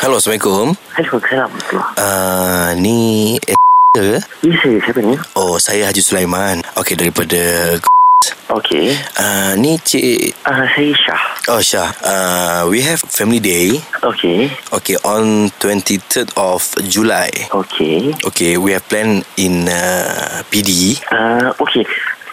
Hello, Assalamualaikum. Assalamualaikum Uh, ni eh, ke? Ya saya siapa ni? Oh, saya Haji Sulaiman. Okey, daripada Okey uh, ni Cik uh, Saya Syah Oh Syah. Uh, we have family day. Okey Okay, on 23rd of July. Okey Okay, we have planned in uh, PD. uh, Okey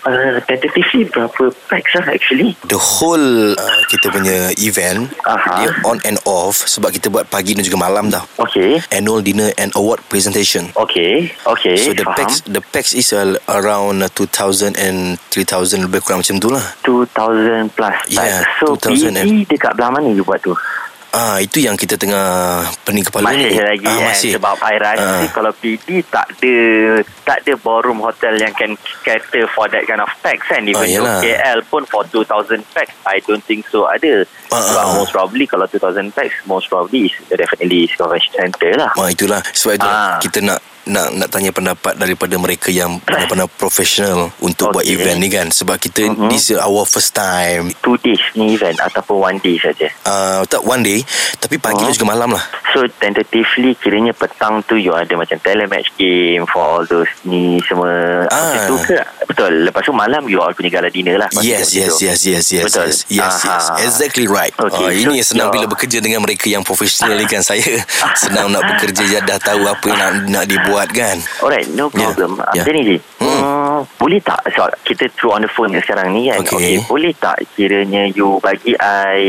uh, Tentatively berapa pax lah actually? The whole uh, kita punya event Aha. dia on and off sebab kita buat pagi dan juga malam dah. Okey Annual dinner and award presentation. Okey Okey So the Eh, faham packs the packs is uh, around uh, 2000 and 3000 lebih kurang macam tu lah. 2000 plus pax Yeah, So 2000 PG dekat belah mana you buat tu? Ah itu yang kita tengah pening kepala Masih ni. lagi ah, eh, masih. Sebab I Ah. rasa kalau PD tak ada Tak ada ballroom hotel yang can cater for that kind of pax kan Even Ah, yelah. though KL pun for 2,000 pax I don't think so ada Ah, Sebab ah. most probably kalau 2,000 pax Most probably is definitely is convention center lah Ah itulah sebab itu Ah. kita nak nak nak tanya pendapat daripada mereka yang benar-benar profesional untuk buat Okay. event ni kan sebab kita Mhm. this is our first time Two days ni event ataupun one day saja. uh, tak one day tapi pagi dan Oh. juga malam lah So tentatively kiranya petang tu you ada macam telematch game for all those ni semua Ah. macam tu ke? Betul. Lepas tu malam you all punya gala dinner lah. Maksudnya yes macam yes tu. yes yes yes Betul. yes yes, yes. Aha. exactly right Okay, Ah, ini so yang senang your- bila bekerja dengan mereka yang profesional ni kan saya senang nak bekerja ya dah tahu apa yang nak nak dibuat kan Alright, no Yeah. problem. Yeah. Yeah. Macam ni je. Hmm. Hmm. boleh tak, so, kita through on the phone sekarang ni kan. Okay. boleh tak kiranya you bagi I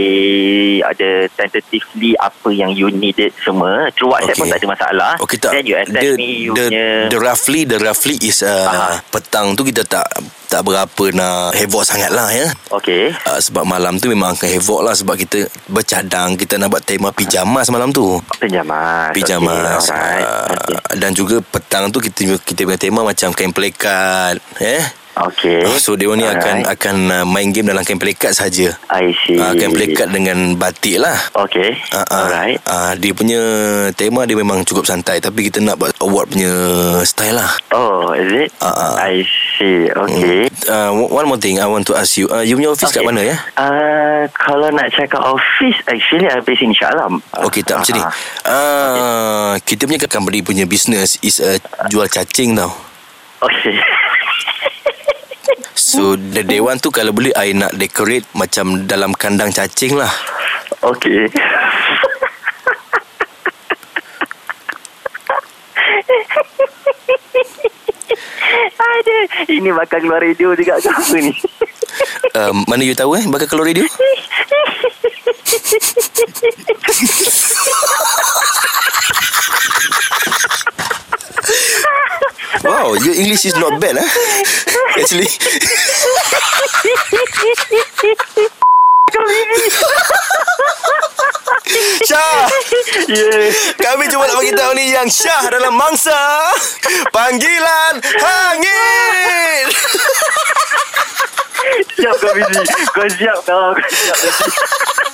ada tentatively apa yang you needed semua. Through WhatsApp Okay. pun tak ada masalah. Okey tak Then you attach the, me you the, punya... the roughly The roughly is uh, Aha. Petang tu kita tak Tak berapa nak Havoc sangat lah ya Okay. uh, Sebab malam tu memang akan havoc lah Sebab kita bercadang Kita nak buat tema pijamas malam tu Pinjaman. Pijamas ah. Okay, alright. uh, Okay. Dan juga petang tu Kita kita punya tema macam Kain pelekat Eh Okay. Oh, so dia ni akan Alright. Eh. akan uh, main game dalam kain pelekat saja. I see. Uh, kain pelekat dengan batik lah. Okay. Uh, uh, Alright. Uh, dia punya tema dia memang cukup santai tapi kita nak buat award punya style lah. Oh, is it? Ah, ah. I see. Okay. Uh, one more thing I want to ask you. Uh, you punya office okay. kat mana ya? Uh, kalau nak cakap office, actually I based in Shah Alam. Okey tak macam ni. Ah, Uh, kita punya company punya business is uh, jual cacing tau. Okay. So the day Hmm. one tu kalau boleh I nak decorate macam dalam kandang cacing lah. Okay. Ada. Ini bakal keluar radio juga kau ni. Um, mana you tahu eh bakal keluar radio? Wow, your English is not bad eh. Actually. Syah, yeah. kami cuma nak bagi tahu ni yang Syah dalam mangsa panggilan hangit. Siap kau busy. Kau siap kau. Kau siap.